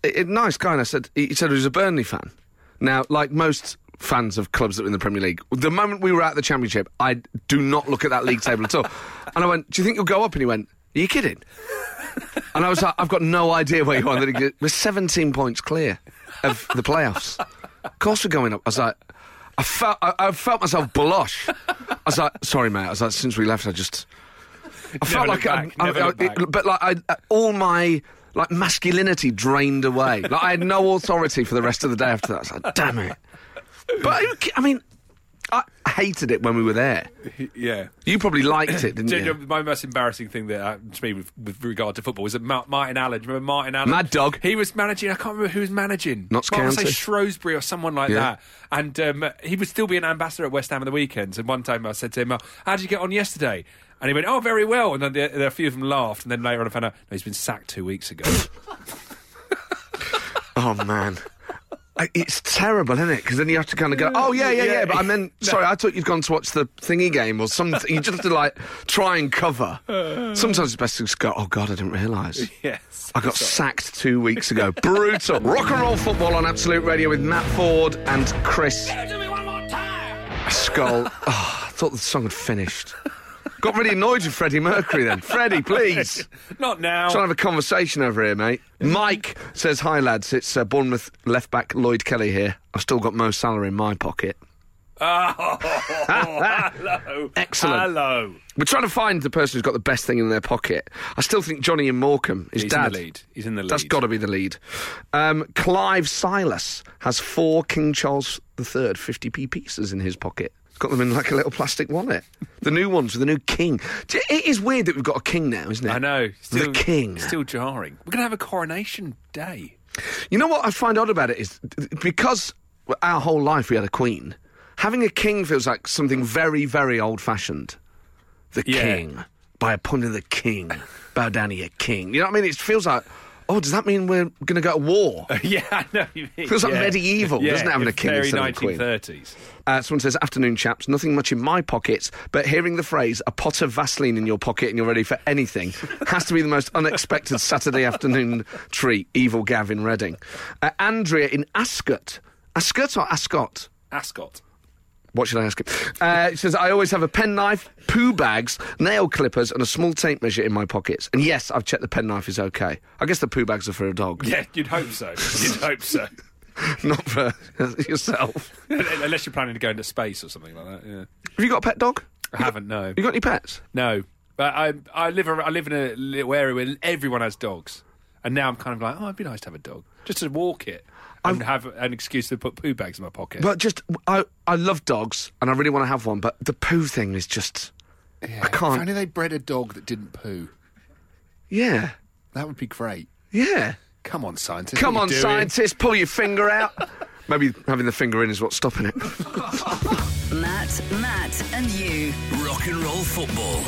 a a nice guy, and I said, he he said he was a Burnley fan. Now, like most fans of clubs that were in the Premier League, the moment we were at the Championship, I do not look at that league table at all. And I went, do you think you'll go up? And he went, are you kidding? And I was like, I've got no idea where you are. And then he goes, We're 17 points clear of the playoffs. Of course we're going up. I was like, I felt, I, I felt myself blush. I was like, sorry, mate. I was like, since we left, I just. I felt
looked
like I-
back,
I,
never
I-
looked back.
but like I, all my like masculinity drained away. Like I had no authority for the rest of the day after that. I was like, damn it. But who ca- I mean, I hated it when we were there.
Yeah.
You probably liked it, didn't
Do you know,
you?
my most embarrassing thing that happened to me with, with regard to football was that Ma- Martin Allen. Remember Martin Allen?
Mad Dog.
He was managing. I can't remember who was managing.
Notts
Well, I would
County.
say Shrewsbury or someone like
Yeah.
that. And um, he would still be an ambassador at West Ham on the weekends. And one time I said to him, oh, "How did you get on yesterday?" And he went, "Oh, very well." And then the, the, a few of them laughed. And then later on, I found out no, he's been sacked two weeks ago.
Oh man. I- It's terrible, isn't it? Because then you have to kind of go, oh yeah, yeah, yeah. But I meant, sorry, I thought you'd gone to watch the thingy game or something. you just have to like try and cover. Sometimes it's best to just go, oh god, I didn't realise.
yes.
I got sacked two weeks ago. Brutal. Rock and roll football on Absolute Radio with Matt Ford and Chris Skull. Oh, I thought the song had finished. Got really annoyed with Freddie Mercury then. Freddie, please.
Not now.
Trying to have a conversation over here, mate. Mike says, "Hi lads, it's uh, Bournemouth left back Lloyd Kelly here. I've still got Mo Salah in my pocket.
Hello.
Excellent.
Hello.
We're trying to find the person who's got the best thing in their pocket. I still think Johnny in Morecambe, his
He's
dad.
in the lead. He's in the lead.
That's got to be the lead. Um, Clive Silas has four King Charles III 50p pieces in his pocket. He's Got them in like a little plastic wallet. The new ones with the new king. Do- It is weird that we've got a king now, isn't it?
I know.
the king.
Still jarring. We're going to have a coronation day.
You know what I find odd about it is because our whole life we had a queen, having a king feels like something very, very old fashioned. The
Yeah.
king. By appointing the king. Bow down to your king. You know what I mean? It feels like oh, does that mean we're going to go to war?
yeah, I know what you mean.
It's like
yeah.
medieval, doesn't it, having a
it's
king
very
instead of a queen?
1930s.
Uh, someone says, Afternoon, chaps. Nothing much in my pockets, but hearing the phrase, a pot of Vaseline in your pocket and you're ready for anything, has to be the most unexpected Saturday afternoon treat. Evil Gavin Redding. Uh, Andrea in Ascot. Ascot or Ascot?
Ascot.
What should I ask him? Uh, it says, I always have a penknife, poo bags, nail clippers, and a small tape measure in my pockets. And yes, I've checked the penknife is okay. I guess the poo bags are for a dog,
Yeah, you'd hope so. You'd hope so.
not for yourself.
Unless you're planning to go into space or something like that. Yeah,
Have you got a pet dog?
I haven't. No,
You got any pets?
no. But I I live ar- I live in a little area where everyone has dogs, and now I'm kind of like, oh, it'd be nice to have a dog just to walk it and have an excuse to put poo bags in my pocket.
But just, I, I love dogs and I really want to have one, but the poo thing is just. I
If only
can't.
they bred a dog that didn't poo.
Yeah.
That would be great.
Yeah.
Come on, scientists.
Come
what
on,
you doing?
scientists, pull your finger out. Maybe having the finger in is what's stopping it.
Matt, Matt, and you.
Rock and roll football.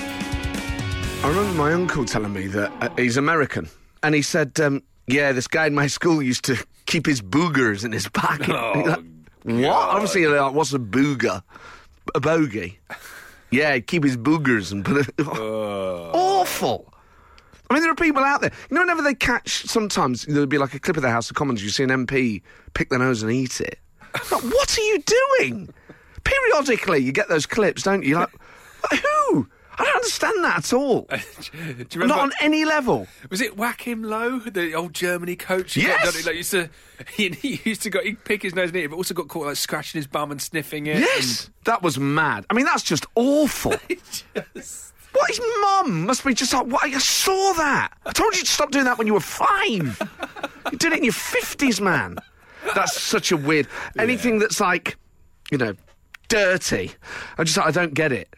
I remember my uncle telling me that uh, he's American, and he said, um, "Yeah, this guy in my school used to keep his boogers in his pocket." And you're like, what? Obviously, you're like, what's a booger? A bogey? yeah, he'd keep his boogers and put it. Awful. I mean, there are people out there. You know, whenever they catch, sometimes there'll be like a clip of the House of Commons. You see an MP pick their nose and eat it. Like, what are you doing? Periodically, you get those clips, don't you? Like, who? I don't understand that at all.
Do you remember?
Not on any level.
Was it Whack Him Low, the old Germany coach? who
Yes!
got done- like, used to, he, he used to go, he'd pick his nose and eat it, but also got caught like scratching his bum and sniffing it.
Yes, that was mad. I mean, that's just awful. What his mum must be just like, what? I saw that. I told you to stop doing that when you were five. you did it in your 50s, man. That's such a weird. Anything that's like, you know, dirty, I'm just like, I don't get it.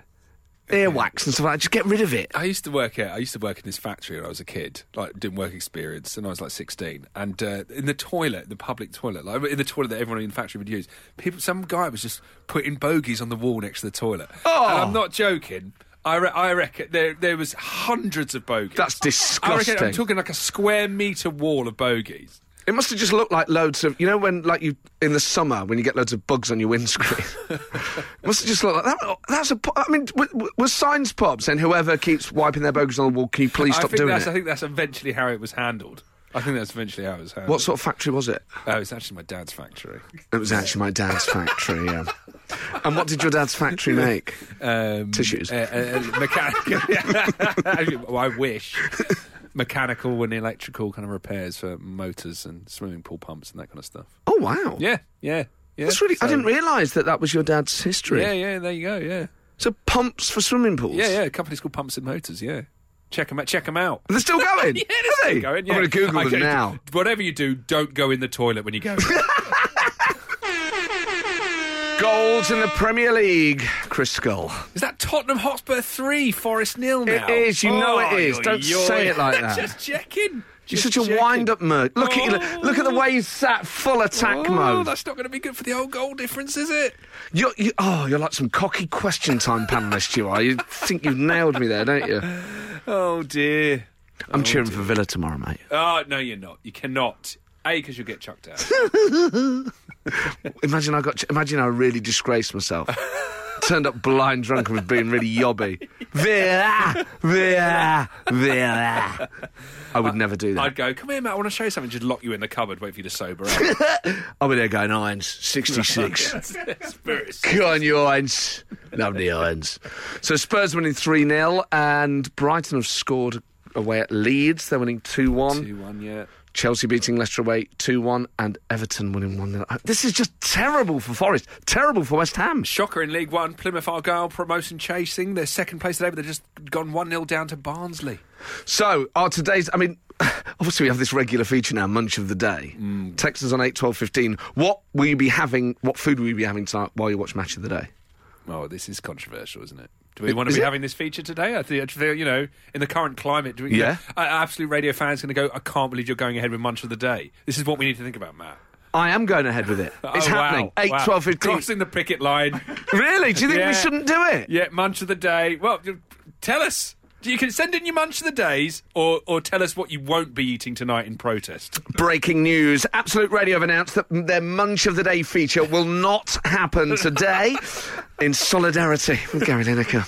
Earwax and stuff like that, just get rid of it.
I used to work at I used to work in this factory when I was a kid, like doing work experience, and I was like sixteen. And uh, in the toilet, the public toilet, like in the toilet that everyone in the factory would use, people, some guy was just putting bogeys on the wall next to the toilet.
Oh!
and I'm not joking. I, re- I reckon there there was hundreds of bogeys.
That's
I reckon
disgusting.
I'm talking like a square meter wall of bogeys.
It must have just looked like loads of you know when like you in the summer when you get loads of bugs on your windscreen. it must have just looked like that. That's a. po- I mean, w- w- was signs put up saying whoever keeps wiping their bogies on the wall, can you please
I
stop
think
doing
that's I
it?
think that's eventually how it was handled. I think that's eventually how it was handled.
What sort of factory was it?
Oh, it's actually my dad's factory.
It was actually my dad's factory. Yeah. And what did your dad's factory make?
Um,
Tissues.
Uh, uh, uh, mechanical. well, I wish. Mechanical and electrical kind of repairs for motors and swimming pool pumps and that kind of stuff.
Oh wow.
Yeah, yeah, yeah.
That's really. I
So-
didn't realise that that was your dad's history.
Yeah, yeah. There you go. Yeah,
So pumps for swimming pools.
yeah, yeah. The company's called Pumps and Motors. Yeah, check them out. Check them out.
They're still going. yeah,
They're still going, yeah.
I'm going to Google
Okay,
them now.
Whatever you do, don't go in the toilet when you go. in.
Goals in the Premier League. Chris Skull.
is that Tottenham Hotspur three, Forest nil? Now
It is, you know it is.
yo-
Don't
yo-
say it like that.
Just checking.
You're
Just
such a
checking.
wind-up mug. Look at you.
Oh.
Look, look at the way he's sat, full attack
oh,
mode.
That's not going to be good for the old goal difference, is it?
You're, you, oh, you're like some cocky question time panelist. You are. You think you've nailed me there, don't you?
Oh dear.
I'm cheering for Villa tomorrow, mate.
Oh no, you're not. You cannot. A, because you'll get chucked out.
Imagine I got. Imagine I really disgraced myself. Turned up blind drunk and was being really yobby. Villa, Villa, Villa. I would never do
I'd
that.
go, come here, Matt. I want to show you something. Just lock you in the cupboard, wait for you to sober up.
I'll be there going Irons, sixty-six.
Spirits.
Go on, you Irons. Lovely Irons. So Spurs winning 3 0, and Brighton have scored away at Leeds. They're winning 2 1.
Two one, yeah.
Chelsea beating Leicester away 2 1, and Everton winning 1 0. This is just terrible for Forest, terrible for West Ham.
Shocker in League One. Plymouth Argyle promotion chasing. They're second place today, but they've just gone one 0 down to Barnsley.
So, our today's, I mean, obviously we have this regular feature now, Munch of the Day.
Mm.
Text us on 8 12 15. What will you be having, what food will you be having tonight while you watch Match of the Day?
Oh, this is controversial, isn't it? Do we want to
is
be
it?
having this feature today? I think, I feel, you know, in the current climate, do we,
Yeah.
Uh, absolute radio fans going to go, I can't believe you're going ahead with Munch of the Day. This is what we need to think about, Matt.
I am going ahead with it. It's
Oh, wow,
happening. 8
wow.
12 15.
Crossing the picket line.
Really? Do you think
Yeah.
we shouldn't do it?
Yeah, munch of the day. Well, you- tell us. You can send in your munch of the days, or or tell us what you won't be eating tonight in protest.
Breaking news. Absolute Radio have announced that their Munch of the Day feature will not happen today in solidarity with Gary Lineker.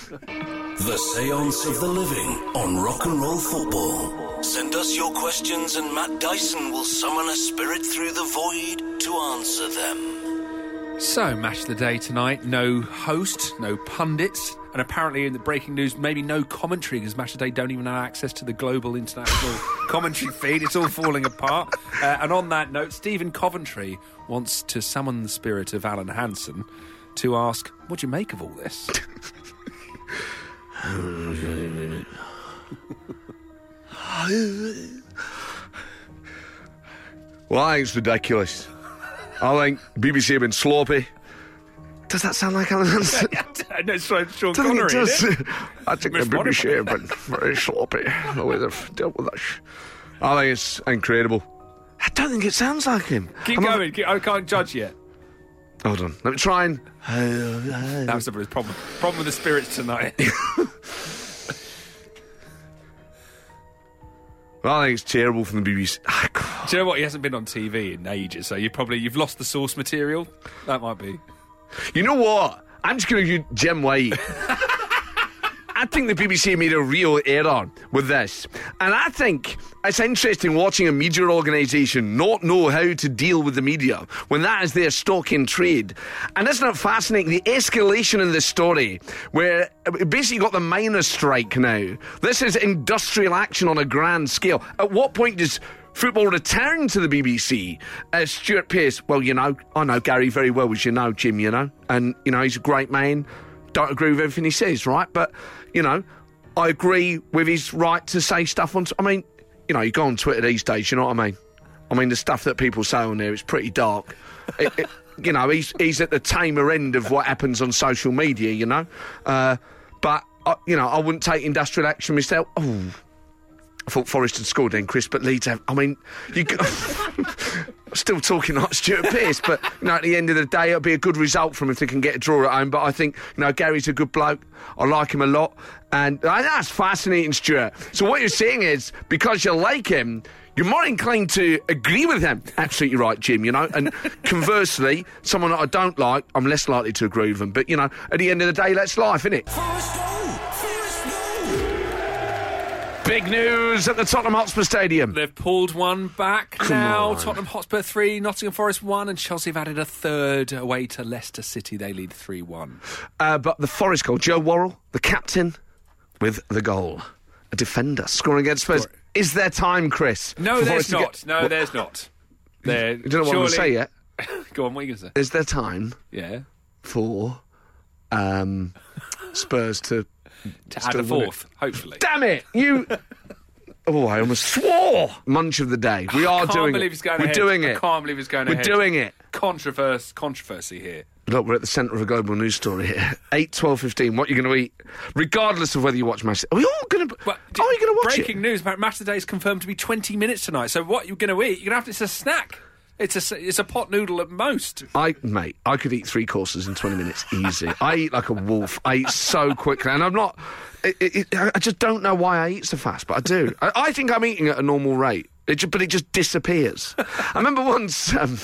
The Seance of the Living on Rock and Roll Football. Send us your questions and Matt Dyson will summon a spirit through the void to answer them.
So, match of the day tonight. No host, no pundits, and apparently in the breaking news, maybe no commentary because match of the day don't even have access to the global international commentary feed. It's all falling apart. Uh, and on that note, Stephen Coventry wants to summon the spirit of Alan Hansen to ask, "What do you make of all this?"
Well, I think it's ridiculous. I think BBC have been sloppy. Does that sound like Alan Hansen?
no, it's
I
Sean
think
Connery,
it
isn't
does.
it?
I think the
Miss
BBC have been very sloppy the way they've dealt with this. I think it's incredible. I don't think it sounds like him.
Keep
Am I-
going. Keep- I can't judge yet.
Hold on. Let me try and.
That was the problem. Problem with the spirits tonight.
Well, I think it's terrible from the BBC. Ah, God.
Do you know what? He hasn't been on TV in ages, so you probably you've lost the source material. That might be.
You know what? I'm just going to use Jim White. I think the BBC made a real error with this. And I think it's interesting watching a media organisation not know how to deal with the media when that is their stock in trade. And isn't it fascinating the escalation in this story where it basically got the miners' strike now? This is industrial action on a grand scale. At what point does football return to the BBC. Uh, Stuart Pearce, well, you know, I know Gary very well, as you know, Jim, you know, and, you know, he's a great man. Don't agree with everything he says, right? But, you know, I agree with his right to say stuff on. I mean, you know, you go on Twitter these days, you know what I mean? I mean, the stuff that people say on there is pretty dark. It- it- you know, he's, he's at the tamer end of what happens on social media, you know? Uh, but, uh, you know, I wouldn't take industrial action myself. Oh, I thought Forest had scored then, Chris, but Leeds have. I mean, you. g- Still talking like Stuart Pearce, but you know, at the end of the day, it'll be a good result from if they can get a draw at home. But I think you know Gary's a good bloke. I like him a lot, and uh, that's fascinating, Stuart. So what you're saying is because you like him, you're more inclined to agree with him. Absolutely right, Jim. You know, and conversely, someone that I don't like, I'm less likely to agree with them. But you know, at the end of the day, that's life, isn't it?
Forest no! Forest no!
Big news at the Tottenham Hotspur Stadium.
They've pulled one back now.
on.
Tottenham Hotspur three, Nottingham Forest one, and Chelsea have added a third away to Leicester City. They lead three one.
Uh, but the Forest goal, Joe Worrell, the captain, with the goal. A defender scoring against Spurs. Is there time, Chris?
No,
for Forest
there's
to
not.
get-
No,
Well,
there's not. There.
You don't know what I'm going to say
surely-
yet.
Go on. What are you going to say?
Is there time
Yeah.
for um, Spurs to.
To add
Still
a fourth, hopefully.
Damn it! You. Oh, I almost swore! Munch of the day. We are
can't
doing
believe
it.
he's going
We're
ahead.
doing
I
it.
can't believe he's going
We're
ahead.
doing it.
Controverse, controversy here.
Look, we're at the centre of a global news story here. 8, 12, 15, what you're going to eat, regardless of whether you watch Manchester. Are we all going to.
But
are we going to watch
breaking
it?
news about match of the day is confirmed to be 20 minutes tonight. So what you're going to eat? You're going to have to. It's a snack. It's a s- it's a pot noodle at most.
I mate, I could eat three courses in twenty minutes easy. I eat like a wolf. I eat so quickly, and I'm not. It, it, it- I just don't know why I eat so fast, but I do. I, I think I'm eating at a normal rate, it ju- but it just disappears. I remember once. Um,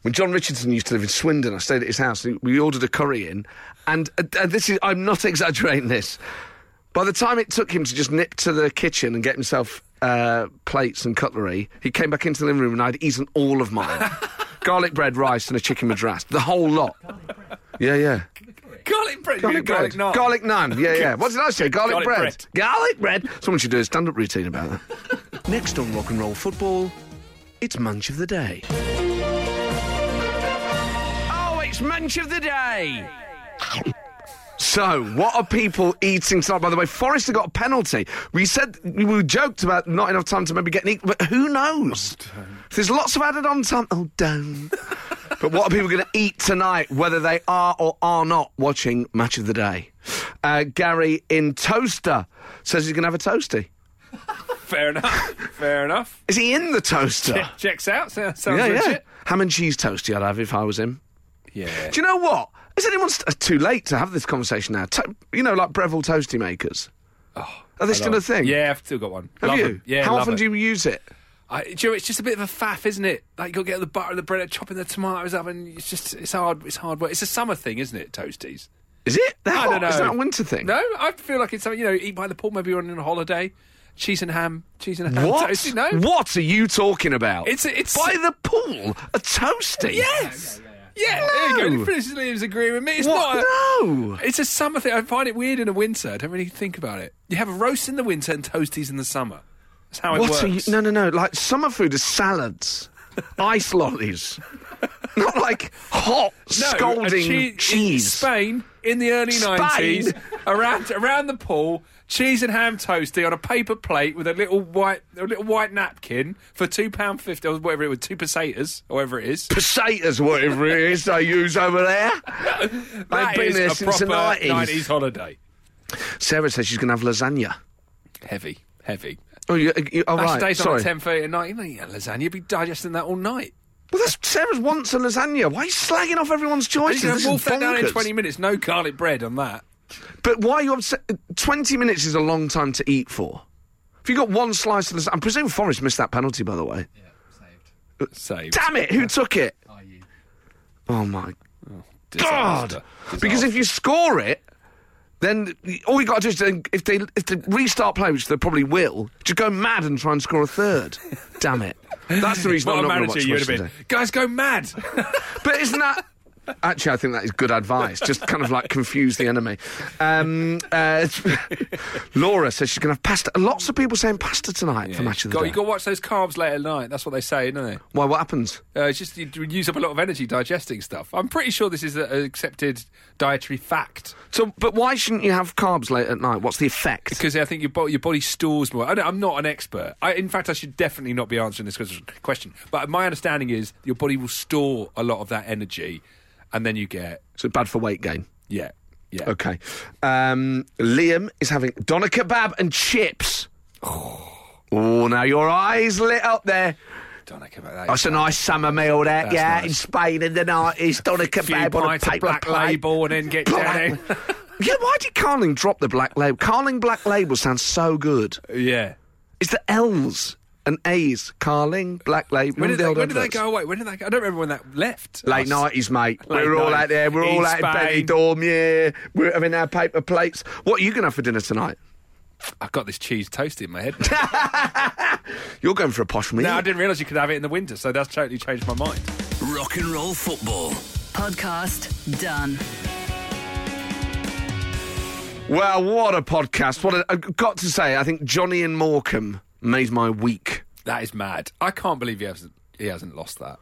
when John Richardson used to live in Swindon, I stayed at his house. and We ordered a curry in, and, and this is—I'm not exaggerating this. By the time it took him to just nip to the kitchen and get himself uh, plates and cutlery, he came back into the living room and I'd eaten all of mine: garlic bread, rice, and a chicken madras, the whole lot. Yeah, yeah.
Garlic bread.
Garlic bread.
Garlic naan.
Garlic naan. Yeah, yeah. What did I say? Garlic,
Garlic
bread.
bread.
Garlic bread. Someone should do a stand-up routine about that. Next on Rock and Roll Football, it's Munch of the Day. Oh, it's Munch of the Day. So, what are people eating tonight? By the way, Forrester got a penalty. We said we joked about not enough time to maybe get an eat, but who knows? There's lots of added on time. Oh, damn. but what are people going to eat tonight, whether they are or are not watching Match of the Day? Uh, Gary in Toaster says he's going to have a toasty.
Fair enough. Fair enough.
Is he in the toaster?
Che- Checks out. So- Sounds
yeah, yeah.
legit.
Ham and cheese toasty I'd have if I was him.
Yeah.
Do you uh, know what? Is anyone st- too late to have this conversation now? To- you know, like Breville toasty makers.
Oh,
Are they still a thing?
Yeah, I've still got one.
Have
Love
you?
them. Yeah.
How
love
often
it.
do you use it?
I, do you know, it's just a bit of a faff, isn't it? Like you'll get the butter and the bread, chopping the tomatoes up, and it's just it's hard. It's hard work. It's a summer thing, isn't it? Toasties.
Is it? They're
I
hot.
don't know.
Is that a winter thing?
No, I feel like it's something you know. Eat by the pool. Maybe you're on a holiday. Cheese and ham. Cheese and ham.
What?
Toasty, no.
What are you talking about?
It's a- it's
by
a-
the pool. A toasty.
Yes. Yeah. There you
No.
go. Finish Liam's agreeing with me. It's
What?
not. A,
no.
It's a summer thing. I find it weird in the winter. I don't really think about it. You have a roast in the winter and toasties in the summer. That's how it
What
works.
are you? No, no, no. Like summer food is salads, ice lollies, not like hot
No, a
scalding
chee- In
cheese.
Spain in the early
Spain?
nineties, around around the pool, cheese and ham toasty on a paper plate with a little white a little white napkin for two pound fifty or whatever it was, two pesetas, or whatever it is.
Potatoes, whatever it is they use over there. I've
That
been
is
there
a
since the
proper
90s.
nineties holiday.
Sarah says she's going to have lasagna.
Heavy, heavy.
Oh, you, you, oh
That's
right.
days on
Sorry.
at ten thirty at night. You know, you eat lasagna, you'd be digesting that all night.
Well, that's Sarah's wants a lasagna. Why are you slagging off everyone's
You
choices?
can
This is
wolf that down in
bonkers.
twenty minutes. No garlic bread on that.
But why are you upset? 20 minutes is a long time to eat for. If you got one slice of this, I presume Forrest missed that penalty, by the way. Uh,
Saved.
Damn it, who took it? Oh my God!
Disaster.
Because if you score it, then all you got to do is then if they if they restart play, which they probably will, just go mad and try and score a third. Damn it! That's the reason
What
I'm
a
not going
manager
to
you would
watch
have
today.
been. Guys, go mad.
But isn't that? Actually, I think that is good advice. Just kind of like confuse the enemy. Um, uh, Laura says she's going to have pasta. Lots of people saying pasta tonight for match of the
God,
day.
you got to watch those carbs late at night. That's what they say, don't they?
Why? What happens?
Uh, it's just you you use up a lot of energy digesting stuff. I'm pretty sure this is a- an accepted dietary fact
So, but why shouldn't you have carbs late at night? What's the effect?
because I think your, bo- your body stores more. I don't, I'm not an expert. I, in fact, I should definitely not be answering this ques- question. But my understanding is your body will store a lot of that energy, and then you get
so bad for weight gain.
yeah, yeah.
Okay. Um, Liam is having doner kebab and chips. Oh, now your eyes lit up there.
Don't think about that.
That's a nice summer meal, that,
That's
yeah,
nice.
in Spain in the 90s. Doner
Few
kebab on a
pints
paper
of black
plate.
label and then get down.
Black- yeah, why did Carling drop the black label? Carling black label sounds so good.
there. yeah.
It's the L's and A's. Carling black label.
When did,
Remember
they,
the
when
old
did they
adverts?
go away? When did they? Go? I don't remember when that left.
Late
us.
nineties, mate.
Late
we were all
90s.
out there. We were
In
all out
Spain.
in Benidorm. Yeah, we we're having our paper plates. What are you going to have for dinner tonight?
I've got this cheese toast in my head.
You're going for a posh meal.
No, I didn't realise you could have it in the winter, so that's totally changed my mind.
Rock and roll football.
Podcast done.
Well, what a podcast! What a, I've got to say, I think Johnny and Morecambe made my week.
That is mad. I can't believe he hasn't he hasn't lost that.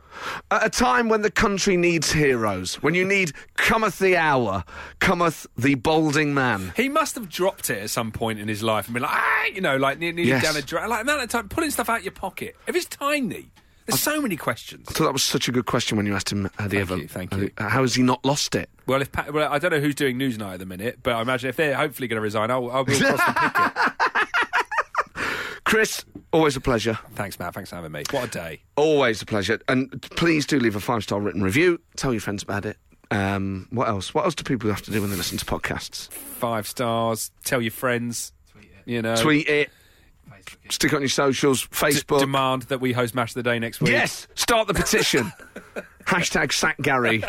At a time when the country needs heroes, when you need cometh the hour, cometh the balding man.
He must have dropped it at some point in his life and been like, ah, you know, like nearly
Yes.
down a drain. Like amount of time pulling stuff out of your pocket. If it's tiny, there's so many questions.
So that was such a good question when you asked him at the
Thank
event. Uh,
you, thank you.
How has he not lost it?
Well, if Pat, well, I don't know who's doing Newsnight at the minute, but I imagine if they're hopefully going to resign, I'll, I'll be across the picket.
Chris, always a pleasure.
Thanks, Matt. Thanks for having me. What a day.
Always a pleasure. And please do leave a five star written review. Tell your friends about it. Um, what else? What else do people have to do when they listen to podcasts?
Five stars. Tell your friends. You know,
Tweet it. Stick it on your socials,
Uh, d-
Facebook.
demand that we host Match of the Day next week.
yes, start the petition. Hashtag sack Gary.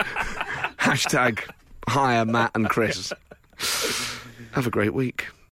Hashtag hire Matt and Chris. Have a great week.